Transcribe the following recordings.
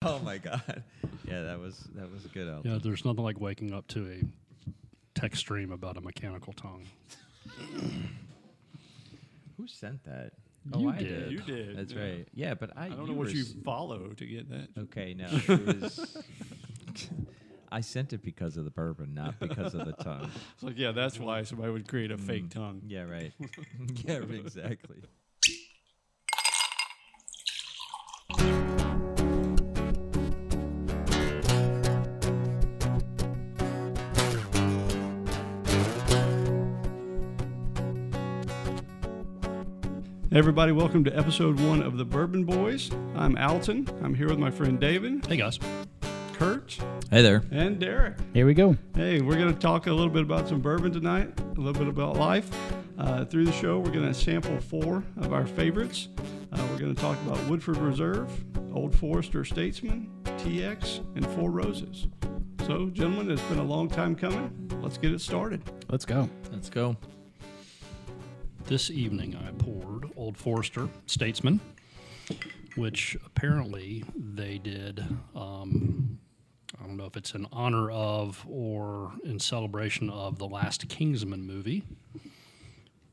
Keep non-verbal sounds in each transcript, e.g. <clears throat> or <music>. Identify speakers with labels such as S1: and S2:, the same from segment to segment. S1: <laughs> Oh my god. Yeah, that was that was a good album.
S2: Yeah, there's nothing like waking up to a text stream about a mechanical tongue.
S1: Who sent that?
S2: You
S1: oh, I
S2: did.
S1: did.
S3: You did,
S1: That's
S3: yeah.
S1: right. Yeah, but I
S3: I don't know what
S1: were
S3: you <laughs>
S1: s-
S3: follow to get that.
S1: Okay, no. It was <laughs> I sent it because of the bourbon, not because of the tongue.
S3: It's like, yeah, that's
S1: Mm.
S3: why somebody would create a fake tongue.
S1: Yeah, right. <laughs> yeah, exactly.
S3: Hey everybody, welcome to episode one of the Bourbon Boys. I'm Alton. I'm here with my friend David,
S2: Hey guys,
S3: Kurt,
S1: Hey there.
S3: and Derek.
S4: Here we go.
S3: Hey, we're going to talk a little bit about some bourbon tonight, a little bit about life. Uh, through the show, we're going to sample four of our favorites. Uh, we're going to talk about Woodford Reserve, Old Forester Statesman, TX, and Four Roses. So, gentlemen, it's been a long time coming. Let's get it started.
S4: Let's go.
S1: Let's go.
S2: this evening I poured Old Forester Statesman, which apparently they did. Um, I don't know if it's in honor of or in celebration of the last Kingsman movie.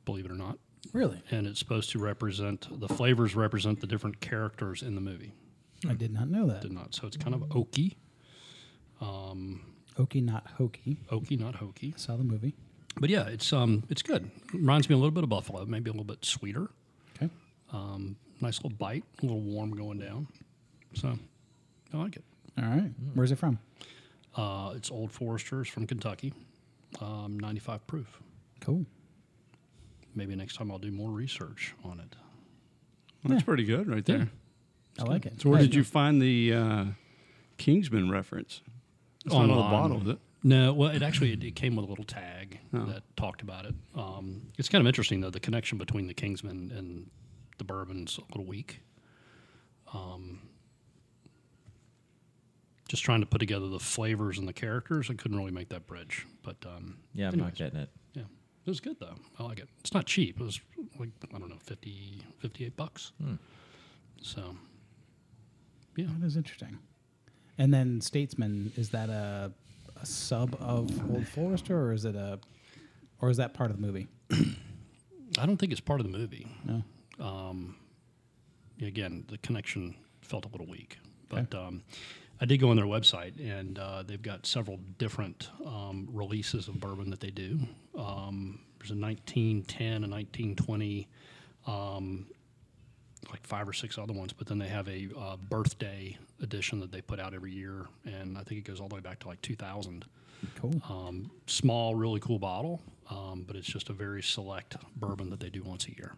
S2: Believe it or not,
S4: Really?
S2: and it's supposed to represent the flavors represent the different characters in the movie.
S4: I did not know that.
S2: Did not, so it's kind of oaky,
S4: Okie, not hokey.
S2: oaky, not hokey.
S4: I saw the movie.
S2: But yeah, it's um, it's good. Reminds me a little bit of Buffalo, maybe a little bit sweeter. Um,
S4: Okay.
S2: Nice little bite, a little warm going down. So I like it.
S4: All right. Mm. Where's it from?
S2: Uh, it's Old Foresters from Kentucky, um, 95 proof.
S4: Cool.
S2: Maybe next time I'll do more research on it.
S3: That's pretty good right there.
S4: I like it.
S3: So, where
S4: Hey,
S3: did you find the uh, Kingsman reference? It's not on the
S2: Online.
S3: bottle, is it?
S2: No, well, it actually it, it came with a little tag that talked about it. Um, it's kind of interesting though the connection between the Kingsmen and the Bourbons a little weak. Um, just trying to put together the flavors and the characters, I couldn't really make that bridge. But um,
S1: Yeah, I'm
S2: anyways,
S1: not getting it.
S2: yeah, it was good though. I like it. It's not cheap. It was like I don't know, 50, 58 bucks. So yeah,
S4: Oh, That is interesting. And then Statesman is that a, a sub of Old Forester, or is it a, or is that part of the movie?
S2: I don't think it's part of the movie.
S4: No.
S2: Um, again, the connection felt a little weak. But um, I did go on their website, and uh, they've got several different um, releases of bourbon that they do. Um, there's a 1910, a 1920, um, like five or six other ones. But then they have a uh, birthday edition that they put out every year, and I think it goes all the way back to like 2000
S4: Cool.
S2: um, small, really cool bottle, um, but it's just a very select bourbon that they do once a year.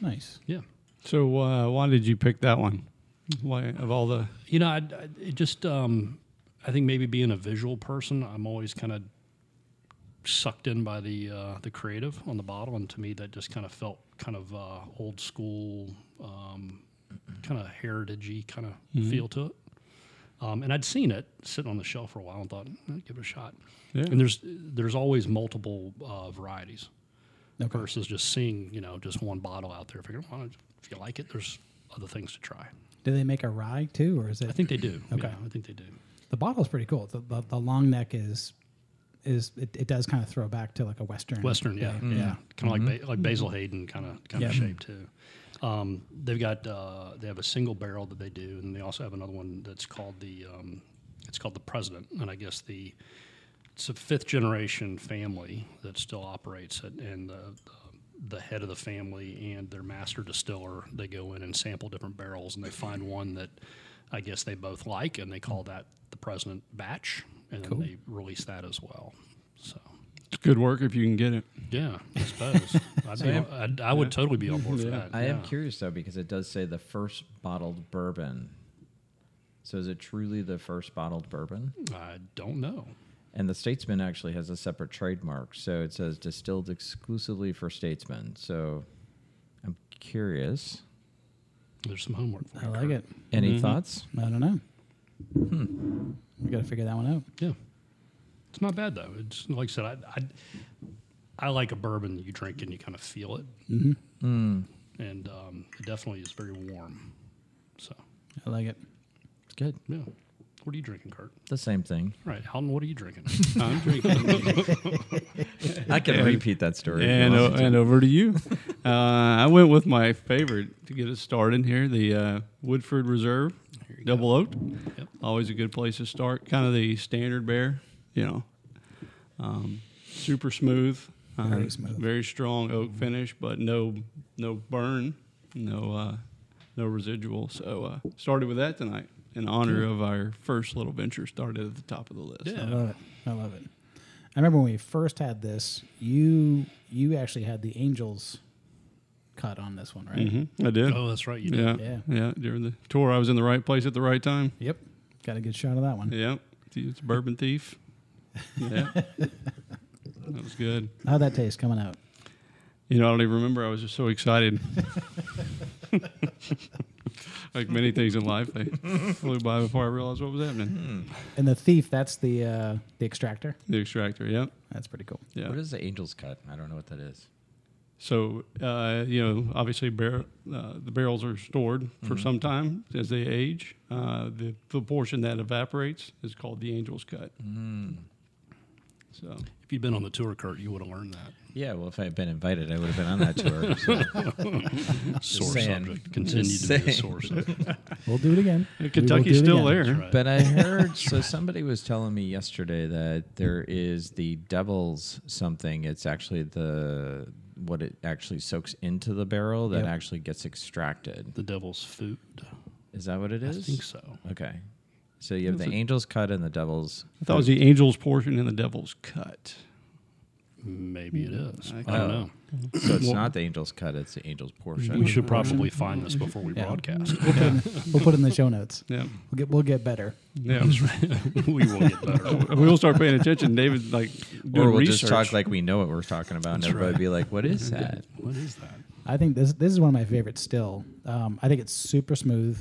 S4: Nice.
S2: Yeah.
S3: So, uh, why did you pick that one? Why, of all the.
S2: You know, I, I it just um, I think maybe being a visual person, I'm always kind of sucked in by the uh, the creative on the bottle, and to me, that just kind of felt kind of uh, old school, um, kind of heritagey kind of
S4: Mm-hmm.
S2: feel to it. Um, and I'd seen it sitting on the shelf for a while and thought, "Eh, give it a shot.
S3: Yeah.
S2: And there's there's always multiple uh, varieties
S4: Okay.
S2: versus just seeing you know just one bottle out there. If you, want to, if you like it, there's other things to try.
S4: Do they make a rye too, or is it?
S2: I think they do.
S4: Okay.
S2: Yeah, I think they do.
S4: the bottle's pretty cool. The, the, the long neck is, is it, it does kind of throw back to like a western.
S2: Western, yeah,
S4: Yeah.
S2: yeah, Mm-hmm. kind of like ba- like Basil Hayden kind of kind
S4: Yeah.
S2: of shape too. Um, they've got uh, they have a single barrel that they do, and they also have another one that's called the um, it's called the President, and I guess the it's a fifth generation family that still operates it, and the the head of the family and their master distiller they go in and sample different barrels, and they find one that I guess they both like, and they call that the President batch, and then they release that as well. So.
S3: It's good work if you can get it.
S2: Yeah, I suppose. I'd be, I'd, I would totally be on board for that.
S1: I am
S2: yeah.
S1: curious though because it does say the first bottled bourbon. So is it truly the first bottled bourbon?
S2: I don't know.
S1: And the Statesman actually has a separate trademark, so it says distilled exclusively for Statesman. So I'm curious.
S2: There's some homework for
S4: I
S2: you,
S4: like
S2: Kurt.
S4: it.
S1: Any thoughts?
S4: I don't know. We got to figure that one out.
S2: Yeah, it's not bad though. It's like I said, I I, I like a bourbon that you drink and you kind of feel it, mm-hmm. and um, it definitely is very warm. So
S4: I like it.
S1: Good.
S2: yeah, What are you drinking, Kurt?
S1: The same thing.
S2: Right, Howden, what are you drinking?
S3: <laughs> I'm drinking.
S1: I can
S3: And-
S1: repeat that story. if you
S3: and,
S1: want
S3: o-
S1: me to.
S3: and over to you. uh, I went with my favorite to get it started here, the uh, Woodford Reserve, double oak.
S2: Yep.
S3: Always a good place to start. Kind of the standard bear, you know. Um, super smooth, uh,
S4: Very smooth.
S3: very strong oak finish, but no no burn, no uh, no residual. So uh, started with that tonight in honor of our first little venture. Started at the top of the list.
S2: Yeah.
S4: I love it. I love it. I remember when we first had this, you you actually had the Angels cut on this one, right?
S3: Mhm, I did.
S2: oh, that's right. You did.
S3: Yeah,
S4: Yeah.
S3: yeah, During the tour, I was in the right place at the right
S4: <laughs>
S3: time.
S4: Yep. Got a good shot of that one.
S3: Yep. It's Bourbon
S4: <laughs>
S3: Thief. Yeah. that was good.
S4: How'd that taste coming out?
S3: You know, I don't even remember. I was just so excited. <laughs> like many things in life, they flew by before I realized what was happening.
S4: And the thief, that's the uh, the extractor.
S3: The extractor. Yep.
S4: That's pretty cool.
S3: Yeah.
S1: What is the angel's cut? I don't know what that is.
S3: So, uh, you know, obviously bar- uh, the barrels are stored for
S1: Mm-hmm.
S3: some time as they age. Uh, the, the portion that evaporates is called the angel's cut.
S1: Mm. Hmm.
S3: So,
S2: If you'd been on the tour, Kurt, you would have learned that.
S1: Yeah, well, if I had been invited, I would have been on that <laughs> tour. so.
S2: Source
S1: saying.
S2: subject. Continue
S1: Just
S2: to be a
S1: saying.
S2: source subject.
S4: We'll do
S3: <laughs>
S4: it again. We will
S3: Kentucky's
S4: do it
S3: still there.
S4: again.
S2: That's right.
S1: But I heard so somebody was telling me yesterday that there is the devil's something. It's actually the what it actually soaks into the barrel that
S4: Yep.
S1: actually gets extracted.
S2: The devil's food.
S1: Is that what it
S2: I
S1: is?
S2: think so.
S1: Okay. So you have the angel's cut and the devil's.
S3: I thought it was the angel's portion and the devil's cut.
S2: Maybe it is. Mm-hmm. I,
S1: Oh.
S2: don't know.
S1: So it's not the angel's cut; it's the angel's portion.
S2: We should <laughs> probably find this before we
S4: Yeah.
S2: broadcast.
S4: <laughs> We'll put, in, we'll put in the show notes.
S3: Yeah.
S4: We'll get we'll get better.
S3: Yeah.
S2: <laughs> we will get better.
S3: <laughs>
S2: <laughs>
S3: we'll start paying attention. David, like, doing
S1: or we'll
S3: research.
S1: just talk like we know what we're talking about, and everybody be like, "What
S2: <laughs>
S1: is that?"
S2: What is that?
S4: I think this this is one of my favorites still. Um, I think it's super smooth.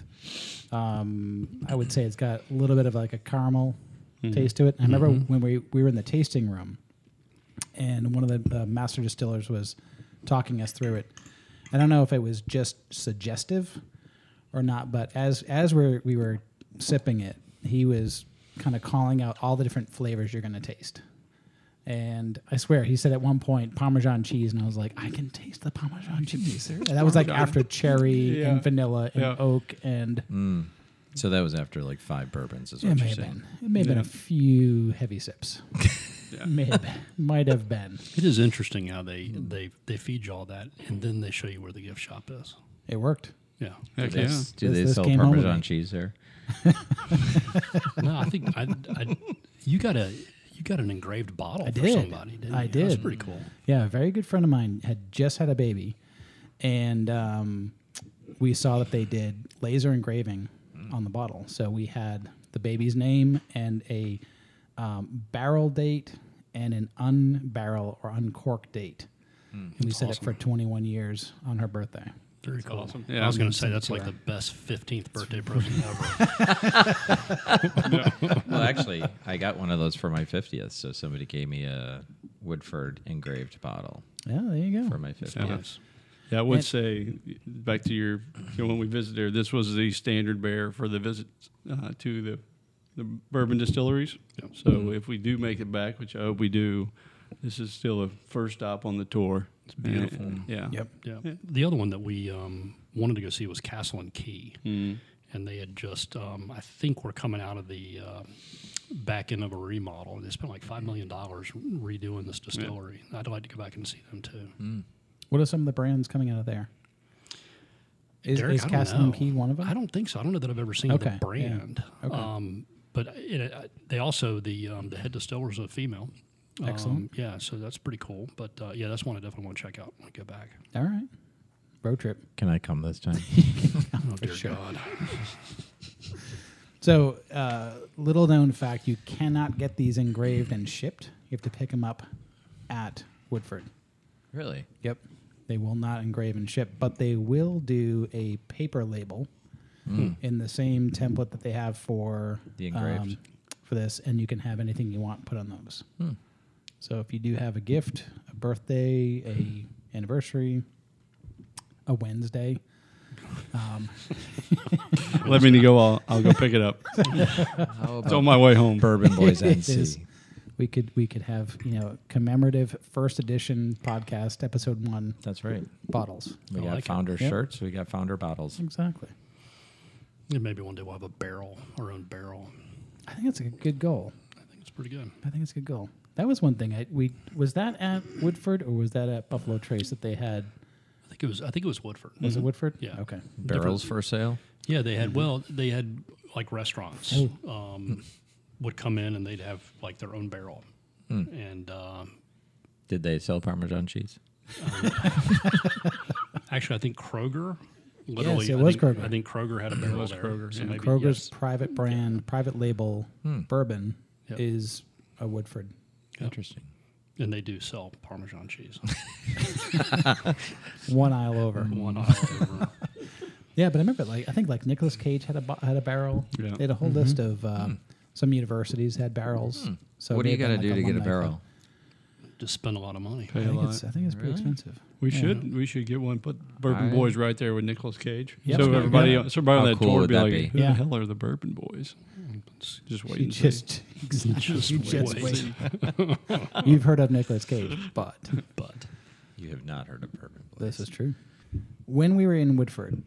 S4: Um, I would say it's got a little bit of like a caramel
S3: Mm-hmm.
S4: taste to it. I remember when we, we were in the tasting room, and one of the uh, master distillers was talking us through it. I don't know if it was just suggestive or not, but as as we we were sipping it, he was kind of calling out all the different flavors you're going to taste. And I swear, he said at one point Parmesan cheese, and I was like, I can taste the Parmesan cheese. sir." And that was like after cherry
S3: <laughs> Yeah.
S4: and vanilla and
S3: Yeah.
S4: oak and
S1: So that was after like five bourbons, is
S4: it
S1: what
S4: may
S1: you're
S4: have
S1: saying.
S4: been. It may have been a few heavy <laughs> sips. may have been. Might have been.
S2: It is interesting how they, they, they feed you all that and then they show you where the gift shop is.
S4: It worked.
S2: Yeah.
S3: Heck
S1: Do they, do
S3: yeah.
S4: This-
S1: they
S4: this
S1: sell
S4: came home with
S1: Parmesan
S4: me.
S1: cheese there?
S2: <laughs> No, I think I, I you got a you got an engraved bottle
S4: I
S2: for
S4: did.
S2: somebody, didn't
S4: I
S2: you? That's
S4: did.
S2: pretty cool.
S4: Yeah, a very good friend of mine had just had a baby, and um, we saw that they did laser engraving on the bottle. So we had the baby's name and a um, barrel date and an unbarrel or uncork date. and we set it for 21 years on her birthday.
S2: Very cool. Awesome.
S3: Yeah,
S2: I was
S3: I'm
S2: going to say that's like the best 15th <laughs> birthday present ever.
S1: Well, actually, I got one of those for my 50th. So somebody gave me a Woodford engraved bottle
S4: Yeah, there you go.
S1: for my 50th.
S2: Nice.
S3: Yeah, I would
S4: And-
S3: say, back to your, you know, when we visited there, this was the standard bearer for the visit uh, to the, the bourbon distilleries.
S2: Yep.
S3: So if we do make it back, which I hope we do, this is still a first stop on the tour. It's
S2: beautiful.
S3: yeah.
S4: Yep.
S2: Yeah. The other one that we um, wanted to go see was Castle and Key,
S3: Mm.
S2: and they had just um, I think we're coming out of the uh, back end of a remodel, and they spent like five million dollars redoing this distillery. I'd like to go back and see them too.
S1: Mm.
S4: What are some of the brands coming out of there? Is,
S2: Derek,
S4: is
S2: I don't
S4: Castle and
S2: know.
S4: Key one of them?
S2: I don't think so. I don't know that I've ever seen
S4: Okay,
S2: the
S4: yeah.
S2: brand.
S4: Okay.
S2: Um, but it, uh, they also the um, the head distiller's a female. Um,
S4: Excellent.
S2: yeah, so that's pretty cool. But uh, yeah, that's one I definitely want to check out when I go
S4: <laughs>
S2: back.
S4: All right. Road trip.
S1: Can I come this time?
S2: Oh dear
S4: sure.
S2: God.
S4: So, uh, little known fact: you cannot get these engraved and shipped. You have to pick them up at Woodford.
S1: <laughs> really?
S4: Yep, they will not engrave and ship, but they will do a paper label in the same template that they have for
S1: Hmm.
S4: um,
S1: The engraved. Hmm.
S4: for this, and you can have anything you want put on those. So, if you do have a gift, a birthday, a anniversary, a Wednesday, Um,
S3: Let me go. I'll, I'll go pick it up.
S1: How
S3: It's on my way home.
S1: Bourbon Boys
S4: <laughs> It
S1: NC?
S4: is. we could we could have you know commemorative first edition podcast episode one
S1: That's right.
S4: bottles.
S1: We
S2: I
S1: got
S2: like it.
S1: founder
S4: Yep.
S1: shirts. We got founder bottles.
S4: Exactly.
S2: And maybe one day we'll have a barrel, our own barrel.
S4: I think that's a good goal.
S2: I think it's pretty good.
S4: I think it's a good goal. That was one thing. I we was that at Woodford or was that at Buffalo Trace that they had?
S2: I think it was. I think it was Woodford.
S4: Was it Woodford?
S2: Mm-hmm. Yeah.
S4: Okay.
S1: Barrels for sale.
S2: Yeah, they
S4: Mm-hmm.
S2: had. Well, they had like restaurants
S4: Oh.
S2: um, would come in and they'd have like their own barrel,
S4: Hmm.
S2: and uh,
S1: Did they sell Parmesan cheese?
S2: Actually, I think Kroger. Literally,
S4: it
S2: I
S4: was
S2: think-
S4: Kroger.
S2: I think Kroger had a barrel there.
S3: Kroger,
S2: so
S3: yeah.
S2: maybe,
S4: Kroger's
S2: yes. Hmm.
S4: private brand, private label bourbon
S2: Yep.
S4: is a Woodford.
S1: Interesting.
S2: and they do sell Parmesan
S4: <laughs>
S2: cheese.
S4: One aisle over.
S2: One
S4: <laughs>
S2: aisle over.
S4: Yeah, but I remember like I think like Nicolas Cage had a bo- had a barrel.
S3: Yeah. Mm-hmm.
S4: They had a whole list of uh, some universities had barrels. So
S1: Hmm. what do
S4: they
S1: you got
S4: had
S1: to do
S4: done, like,
S1: to get a
S4: alumni club.
S1: barrel?
S2: Just spend a lot of money.
S3: Pay
S4: I
S3: a
S4: think,
S3: lot.
S4: it's, I think it's pretty expensive.
S3: We should we should get one. Put Bourbon
S1: I-
S3: Boys right there with Nicolas Cage.
S4: Yeah.
S3: So
S4: Yeah.
S3: everybody,
S4: Yeah.
S3: so everybody on
S1: How
S3: that
S1: cool
S3: tour
S1: would
S3: be
S1: that
S3: like,
S1: be?
S3: who
S4: Yeah.
S3: the hell are the Bourbon Boys?
S2: It's-
S3: Just wait.
S4: You
S3: and see.
S4: just, <laughs>
S3: <laughs>
S2: just
S4: you just
S2: wait.
S4: wait. <laughs> You've heard of Nicolas Cage, but <laughs>
S2: But
S1: You have not heard of bourbon.
S4: this is true. When we were in Woodford,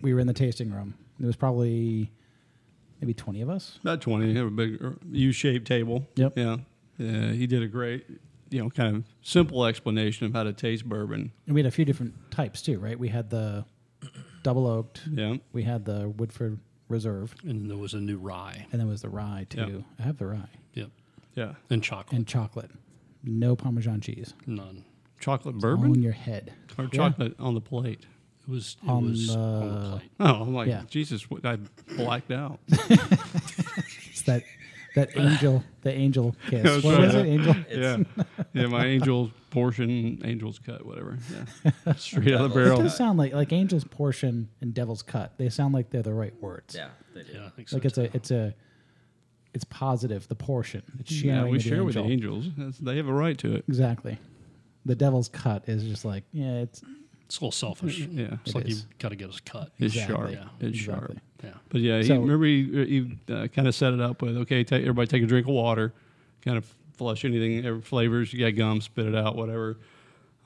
S4: we were in the tasting room. There was probably maybe twenty of us.
S3: about twenty. Have a big er, U-shaped table.
S4: Yep.
S3: Yeah. Yeah. He did a great, you know, kind of simple explanation of how to taste bourbon.
S4: And we had a few different types too, right? We had the double oaked,
S3: Yeah.
S4: we had the Woodford Reserve,
S2: and there was a new rye.
S4: and then was the rye too. I have the rye
S2: Yep.
S3: Yeah.
S2: And chocolate.
S4: and chocolate, no Parmesan cheese
S2: None.
S3: Chocolate
S4: on
S3: bourbon
S4: your head.
S3: or chocolate on the plate. <laughs>
S2: It was. It
S4: On
S2: was on
S4: the-
S2: the plate.
S3: Oh, I'm like
S4: Yeah.
S3: Jesus! What, I blacked
S4: <laughs>
S3: out.
S4: It's that
S3: <laughs>
S4: that angel, the angel kiss.
S3: That's
S4: what
S3: right.
S4: was it, angel?
S3: yeah, yeah.
S4: <laughs>
S3: My angel's portion, angel's cut, whatever.
S4: <laughs>
S3: Yeah. Straight out of the
S4: It
S3: barrel.
S4: does sound like like angel's portion and devil's cut. They sound like they're the right words.
S1: they do.
S2: Yeah, I think so.
S4: Like it's
S2: too.
S4: a it's a it's positive. The portion. It's sharing.
S3: Yeah, we
S4: with
S3: share
S4: the
S3: with the
S4: angel.
S3: angels. That's, they have a right to it.
S4: Exactly. The devil's cut is just like yeah, it's
S2: It's a little selfish.
S3: Yeah,
S2: It's
S4: It
S2: like
S4: is.
S2: you got to get us cut.
S3: it's
S4: Exactly.
S3: sharp.
S2: Yeah,
S3: It's sharp.
S4: exactly.
S2: Yeah.
S3: But yeah, he,
S4: So-
S3: remember he, he uh, kind of set it up with okay, take, everybody take a drink of water, kind of flush anything, every flavors you got gum, spit it out, whatever,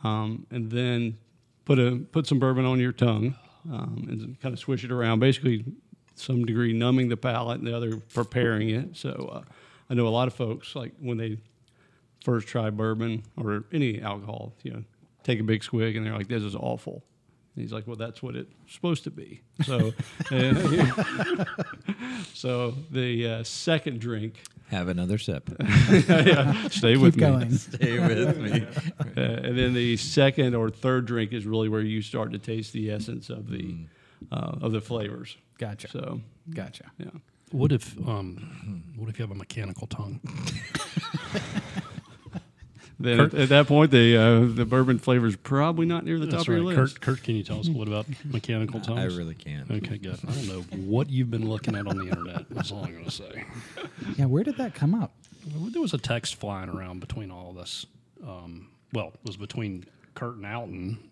S3: um, and then put a put some bourbon on your tongue um, and kind of swish it around, basically some degree numbing the palate and the other preparing it. So uh, I know a lot of folks like when they first try bourbon or any alcohol, you know, take a big swig and they're like, "This is awful." And he's like, "Well, that's what it's supposed to be." So, <laughs> uh, so the uh, second drink,
S1: Have another sip.
S3: stay with
S4: keep
S3: me,
S4: going.
S1: <laughs>
S3: <laughs>
S1: Stay with me.
S3: Uh, and then the second or third drink is really where you start to taste the essence of the uh, of the flavors.
S4: Gotcha.
S3: So,
S4: Gotcha.
S3: yeah,
S2: What if um,
S4: Mm-hmm.
S2: what if you have a mechanical tongue?
S3: then
S2: Kurt-
S3: at, at that point, the uh, the bourbon flavor is probably not near the top
S2: That's
S3: of your
S2: right.
S3: list.
S2: Kurt, Kurt, can you tell us a little
S3: <laughs>
S2: about mechanical tongues?
S1: I really can't.
S2: Okay, good. I don't know what you've been looking at on the internet. That's all I'm going to say.
S4: Yeah, where did that come up?
S2: Well, There was a text flying around between all of us. Um, well, it was between Kurt and Alton.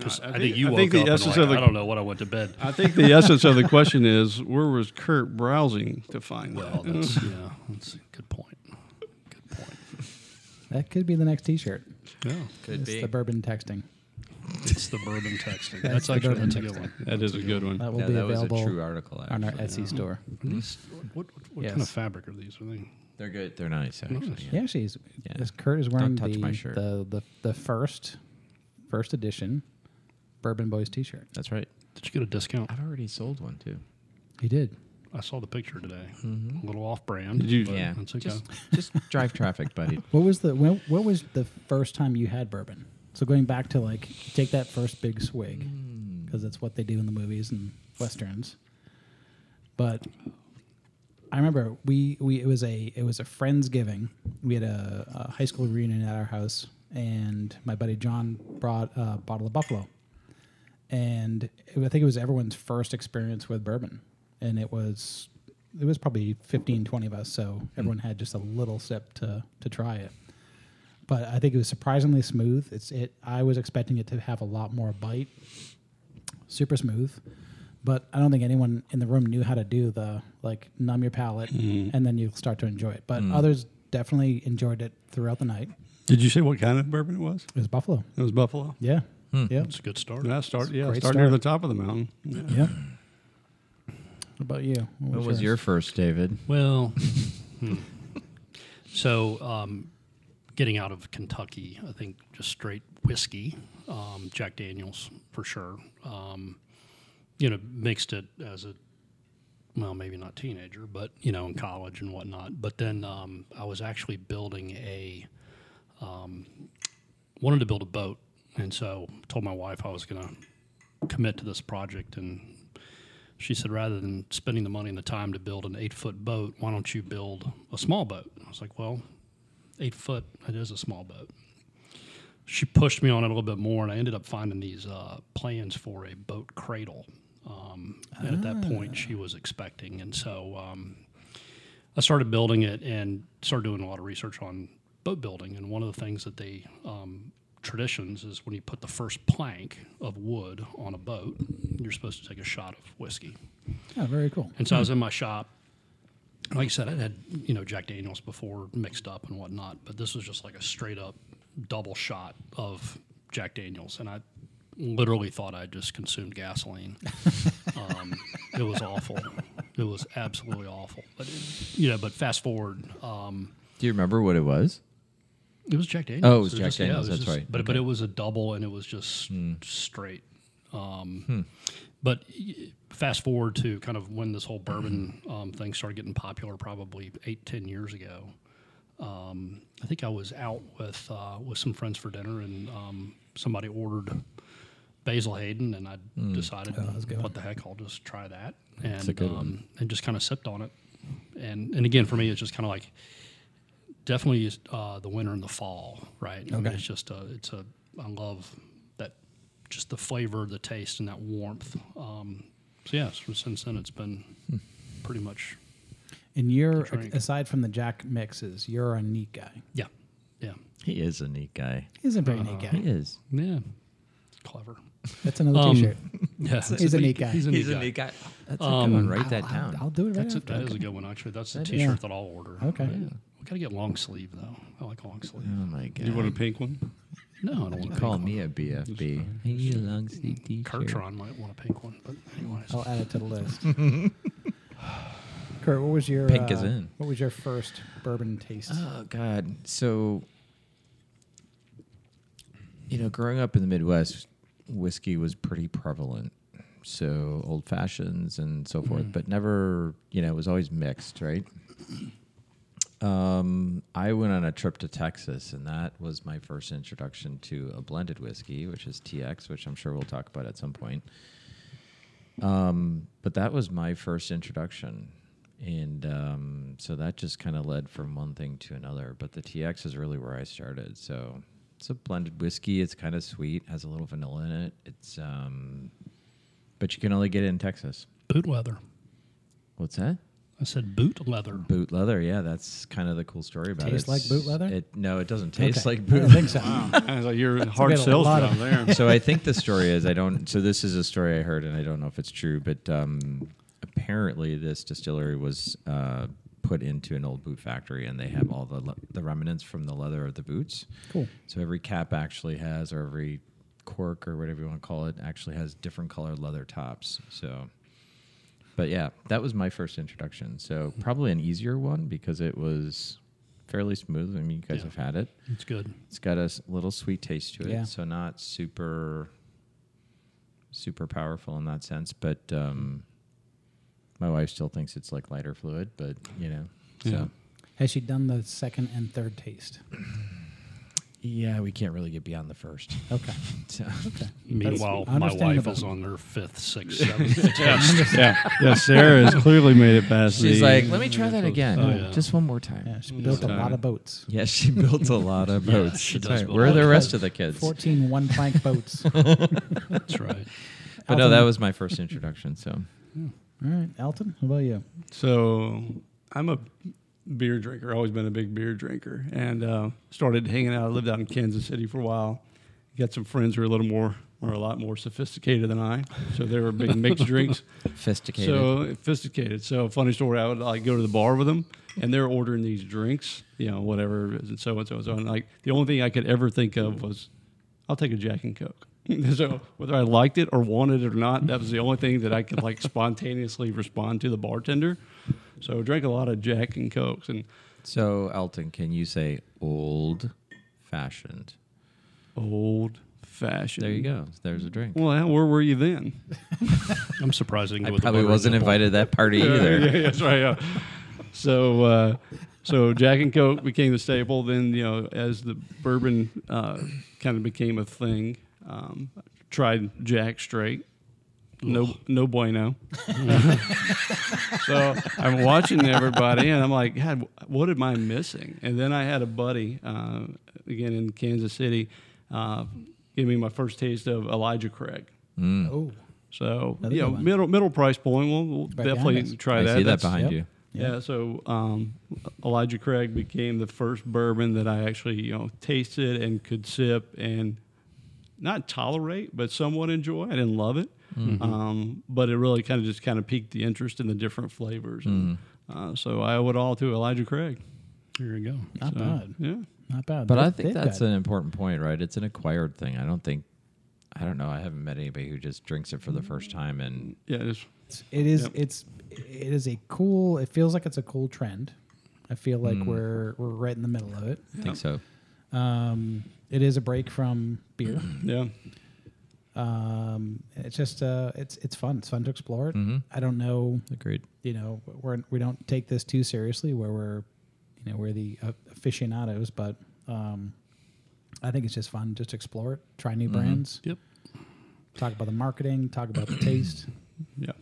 S2: 'cause
S3: I
S2: I,
S3: think-
S2: think you
S3: I
S2: woke
S3: think the
S2: up. And
S3: essence
S2: like,
S3: of the-
S2: I don't know what I went to bed.
S3: I think the essence of the question is where was Kurt browsing to find that?
S2: Well, that's yeah, that's a good point. Good point.
S4: That could be the next T-shirt.
S2: Yeah,
S1: Could
S4: It's the bourbon texting.
S2: it's the bourbon texting. That's,
S4: That's the
S2: actually
S4: bourbon
S2: that's a good one.
S3: That is a good one.
S4: That will
S1: Yeah,
S4: be
S1: that was a
S4: available
S1: true article. Actually.
S4: on our Etsy store.
S2: Are these- what what, what kind
S4: Yes.
S2: of fabric are these? Are they?
S1: They're good. They're nice. Actually.
S2: Nice.
S1: yeah.
S4: Yeah, she's.
S1: Yeah.
S4: this Kurt is wearing
S1: touch
S4: the,
S1: my shirt.
S4: the the the first first edition Bourbon Boys T-shirt.
S1: That's right.
S2: Did you get a discount?
S1: I've already sold one too.
S4: He did.
S2: I saw the picture today. A little off brand.
S3: Did you-
S2: but
S1: yeah.
S2: That's okay.
S1: Just, <laughs> just drive traffic, <laughs> buddy.
S4: What was the when, what was the first time you had bourbon? So going back to like take that first big swig because it's what they do in the movies and westerns. But I remember we, we it was a it was a friendsgiving. We had a, a high school reunion at our house, and my buddy John brought a bottle of Buffalo, and it, I think it was everyone's first experience with bourbon, and it was it was probably 15, 20 of us, so everyone had just a little sip to to try it. But I think it was surprisingly smooth. It's it. I was expecting it to have a lot more bite, super smooth. But I don't think anyone in the room knew how to do the like numb your palate and then you start to enjoy it. But others definitely enjoyed it throughout the night.
S3: Did you say what kind of bourbon it was?
S4: It was Buffalo.
S3: It was Buffalo.
S4: Yeah. Yeah.
S2: It's a good start.
S3: Yeah, I started. Yeah, I
S4: Great
S3: started near the
S4: start.
S3: top of the mountain. Yeah.
S4: Yeah. What about you? What
S1: What was your
S4: yours?
S1: first, David?
S2: Well, hmm. so um, getting out of Kentucky, I think just straight whiskey, um, Jack Daniels for sure. Um, you know, mixed it as a well, maybe not teenager, but you know, in college and whatnot. But then um, I was actually building a um, wanted to build a boat, and so told my wife I was going to commit to this project and she said, rather than spending the money and the time to build an eight foot boat, why don't you build a small boat? I was like, well, eight foot, it is a small boat. She pushed me on it a little bit more, and I ended up finding these uh, plans for a boat cradle. Um, and at that point, she was expecting. And so um, I started building it and started doing a lot of research on boat building. And one of the things that they um, traditions is when you put the first plank of wood on a boat, you're supposed to take a shot of whiskey.
S4: Oh, very cool.
S2: And so I was in my shop. and Like I said, I had you know Jack Daniels before mixed up and whatnot, but this was just like a straight up double shot of Jack Daniels, and I literally thought I just consumed gasoline. um, it was awful. It was absolutely awful. But it, you know, but fast forward, um,
S1: Do you remember what it was?
S2: it was Jack Daniels.
S1: Oh, it was
S2: So
S1: Jack
S2: it
S1: Daniels,
S2: was
S1: that's
S2: just-
S1: right. Hmm.
S2: But but it was a double, and it was just straight. Um, But y- fast forward to kind of when this whole bourbon um, thing started getting popular, probably eight ten years ago. Um, I think I was out with uh, with some friends for dinner, and um, somebody ordered Basil Hayden, and I decided, what the heck, I'll just try that, and
S1: Hmm. a good
S2: um, and just kind of sipped on it. And and again, for me, it's just kind of like definitely uh, the winter and the fall, right? I mean,
S4: Okay.
S2: it's just a, it's a, I love that, just the flavor, the taste, and that warmth. Um, so yeah, so since then it's been
S4: Hmm.
S2: pretty much,
S4: And you're
S2: drink.
S4: aside from the Jack mixes, you're a neat guy.
S2: yeah, yeah,
S1: He is a neat guy.
S4: He's a very neat
S1: He
S4: guy.
S1: is.
S2: yeah. It's clever.
S4: That's another
S2: Um,
S4: T-shirt.
S2: Yeah,
S4: He's a neat guy.
S2: He's a neat guy.
S1: guy. Um, That's a good one. Write that
S4: I'll-
S1: down.
S4: I'll, I'll do it right
S2: That's a,
S4: after.
S2: that is a good one actually. That's the
S1: That is-
S2: T-shirt
S4: Yeah.
S2: that I'll order.
S4: Okay.
S2: Yeah. we gotta get long sleeve though. I like long sleeve.
S1: oh my god.
S3: You want a pink one?
S2: No, I don't want to
S1: Call
S2: pink
S1: me a BFB. Hey, long sleeve
S2: One.
S1: t-shirt.
S2: Kurtron might want a pink one, but anyways,
S4: I'll add it to the list. Kurt, what was your uh,
S1: Pink is in.
S4: What was your first bourbon taste?
S1: Oh God. So you know, growing up in the Midwest, whiskey was pretty prevalent. So old fashions and so forth, but never, you know, it was always mixed, right? <clears throat> Um, I went on a trip to Texas, and that was my first introduction to a blended whiskey, which is TX, which I'm sure we'll talk about at some point. Um, but that was my first introduction. And um, so that just kind of led from one thing to another. But the TX is really where I started. So it's a blended whiskey. It's kind of sweet, has a little vanilla in it. It's, um, but you can only get it in Texas.
S2: boot leather.
S1: What's that?
S2: I said boot leather.
S1: Boot leather. Yeah, that's kind of the cool story about
S4: Tastes
S1: it.
S4: like boot leather?
S1: It, no, it doesn't taste
S4: Okay.
S1: like
S4: I
S1: boot
S4: don't think so.
S3: <laughs> I was like, you're a hard
S4: got a
S3: sales
S4: lot
S3: job
S4: of-
S1: <laughs>
S3: there.
S1: so I think the story is I don't. So this is a story I heard, and I don't know if it's true, but um, apparently this distillery was uh, put into an old boot factory, and they have all the le- the remnants from the leather of the boots.
S4: Cool.
S1: So every cap actually has, or every cork or whatever you want to call it, actually has different colored leather tops. So. But yeah, that was my first introduction. So probably an easier one because it was fairly smooth. I mean, you guys
S2: Yeah.
S1: have had it.
S2: It's good.
S1: It's got a s- little sweet taste to it,
S4: Yeah.
S1: so not super, super powerful in that sense. But um, my wife still thinks it's like lighter fluid, but you know,
S3: Yeah.
S1: so
S4: Has she done the second and third taste?
S1: yeah, we can't really get beyond the first.
S4: Okay.
S1: So
S4: Okay.
S2: Meanwhile,
S4: That's
S2: my wife
S4: understandable.
S2: is on her fifth, sixth, seventh.
S4: <laughs>
S3: yeah. <laughs> yeah, Sarah has clearly made it past
S1: she's
S3: the-
S1: like, "Let me try that again,
S2: Oh, yeah.
S1: just one more time."
S4: Yeah, she built a
S3: Okay.
S4: lot of boats.
S1: Yeah, she built a lot of
S2: <laughs> Yeah,
S1: boats.
S2: she
S1: That's
S2: does
S1: right.
S2: build
S1: Where
S2: a
S1: are
S2: lot
S1: the
S2: of
S1: rest of the kids?
S4: 14 one plank boats. All
S2: That's right.
S1: But no, that
S4: Alton.
S1: was my first introduction. So
S4: right, Elton, how about you?
S3: So I'm a beer drinker. Always been a big beer drinker, and uh, started hanging out. I lived out in Kansas City for a while. Got some friends who are a little more were a lot more sophisticated than I, so they were big mixed drinks.
S1: Sophisticated.
S3: So sophisticated. So funny story. I would like go to the bar with them, and they're ordering these drinks, you know, whatever, and so and so and so. And like the only thing I could ever think of was, I'll take a Jack and Coke. <laughs> so whether I liked it or wanted it or not, that was the only thing that I could like <laughs> spontaneously respond to the bartender. So I drank a lot of Jack and Cokes, and
S1: so Elton, can you say old fashioned?
S3: old fashioned.
S1: There you go. There's a drink.
S3: Well, how- where were you then?
S2: I'm surprising.
S1: I probably wasn't invited to that party either.
S3: Yeah, yeah, that's right. Yeah. So, uh, so Jack and Coke became the staple. Then, you know, as the bourbon uh, kind of became a thing, um, tried Jack straight. No, no bueno. <laughs> so I'm watching everybody, and I'm like, God, what am I missing? And then I had a buddy uh, again in Kansas City uh, give me my first taste of Elijah Craig.
S1: Mm.
S4: Oh,
S3: So
S4: Another
S3: you know,
S4: good one.
S3: middle middle price point. We'll, we'll
S4: behind us.
S3: definitely try
S1: I
S3: that.
S1: see that
S3: That's-
S1: behind
S4: yep.
S1: you.
S3: yeah. so um, Elijah Craig became the first bourbon that I actually, you know, tasted and could sip and not tolerate, but somewhat enjoy. I didn't love it, um, but it really kind of just kind of piqued the interest in the different flavors.
S1: Mm.
S3: And, uh, so I owe it all to Elijah Craig.
S2: Here you go.
S4: not bad.
S3: Yeah,
S4: Not bad.
S1: But
S4: They-
S1: I think
S4: they've
S1: that's
S4: got-
S1: an important point, right? It's an acquired thing. I don't think, I don't know. I haven't met anybody who just drinks it for the first time and
S3: yeah, just
S4: it's- it is.
S3: Yep.
S4: It's it is a cool. It feels like it's a cool trend. I feel like
S1: Hmm.
S4: we're we're right in the middle of it.
S3: Mm.
S1: think so.
S4: Um, it is a break from
S1: <clears throat>
S4: beer.
S3: yeah,
S4: Um, it's just uh, it's it's fun. It's fun to explore
S1: Hmm.
S4: it. I don't know.
S1: Mm-hmm. Agreed.
S4: You know, we're we don't take this too seriously. Where we're, you know, we're the uh, aficionados, but um, I think it's just fun. Just to explore it. Try
S1: Mm-hmm.
S4: new brands.
S2: Yep.
S4: Talk about the marketing. Talk about the
S1: <clears throat>
S4: taste.
S3: yeah,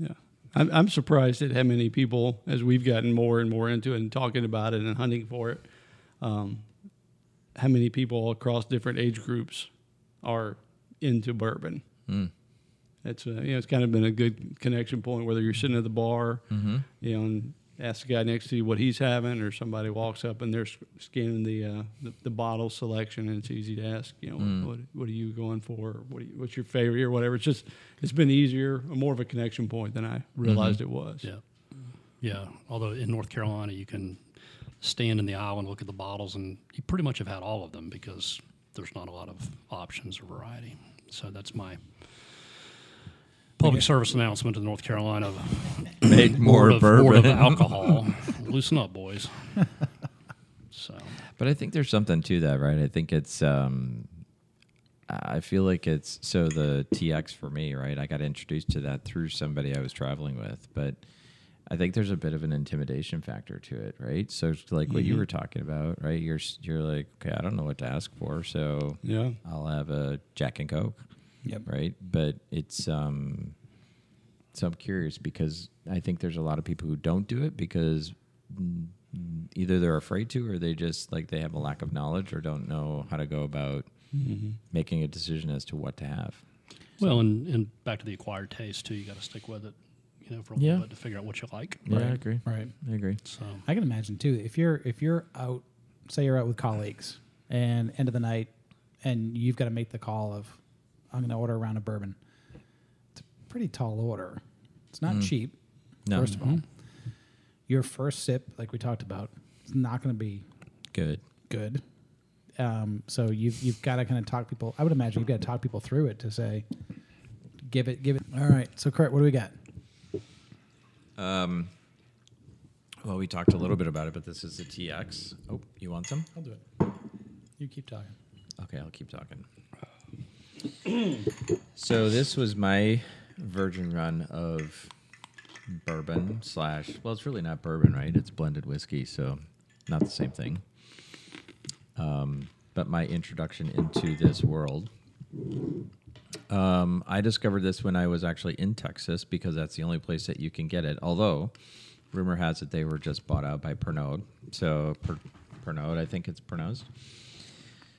S3: yeah. I'm, I'm surprised at how many people, as we've gotten more and more into it and talking about it and hunting for it, um, how many people across different age groups are into bourbon. It's uh you know it's kind of been a good connection point whether you're sitting at the bar, you know, and ask the guy next to you what he's having, or somebody walks up and they're s- scanning the uh, the, the bottle selection, and it's easy to ask, you know, what, what are you going for, or what are you, what's your favorite, or whatever. It's just it's been easier, more of a connection point than I realized it was.
S2: Yeah. Yeah. Although in North Carolina, you can stand in the aisle and look at the bottles, and you pretty much have had all of them because there's not a lot of options or variety. So that's my public service announcement to the North Carolina
S1: Make more
S2: Board of, Board of
S1: bourbon.
S2: Alcohol. Loosen
S1: <laughs>
S2: up, boys. So
S1: But I think there's something to that, right? I think it's um I feel like it's so the TX for me, right? I got introduced to that through somebody I was traveling with, but I think there's a bit of an intimidation factor to it, right? So it's like what you were talking about, right? You're s- you're like, okay, I don't know what to ask for, so
S3: Yeah.
S1: I'll have a Jack and Coke.
S4: Yep.
S1: Right. But it's um so I'm curious because I think there's a lot of people who don't do it because mm, either they're afraid to or they just like they have a lack of knowledge or don't know how to go about
S4: Mm-hmm.
S1: making a decision as to what to have.
S2: Well, and, and back to the acquired taste too. You got to stick with it, you know, for a
S1: Yeah.
S2: little bit to figure out what you like.
S1: I agree.
S4: Right.
S1: I agree.
S2: So
S4: I can imagine too. If you're if you're out, say you're out with colleagues, and end of the night, and you've got to make the call of, I'm going to order a round of bourbon. It's a pretty tall order. It's not cheap.
S1: Mm. No. Mm-hmm.
S4: First of all, your first sip, like we talked about, is not going to be
S1: Good.
S4: good. Um, so you've you've got to kind of talk people. I would imagine you've got to talk people through it to say, give it, give it. All right. So, Kurt, what do we got?
S1: Well, we talked a little bit about it, but this is a TX. Oh, you want some?
S4: I'll do it. You keep talking.
S1: Okay, I'll keep talking. so this was my virgin run of bourbon slash. Well, it's really not bourbon, right? It's blended whiskey, so not the same thing. Um, but my introduction into this world. Um, I discovered this when I was actually in Texas because that's the only place that you can get it. Although, rumor has it they were just bought out by Pernod. So, per- Pernod, I think it's pronounced.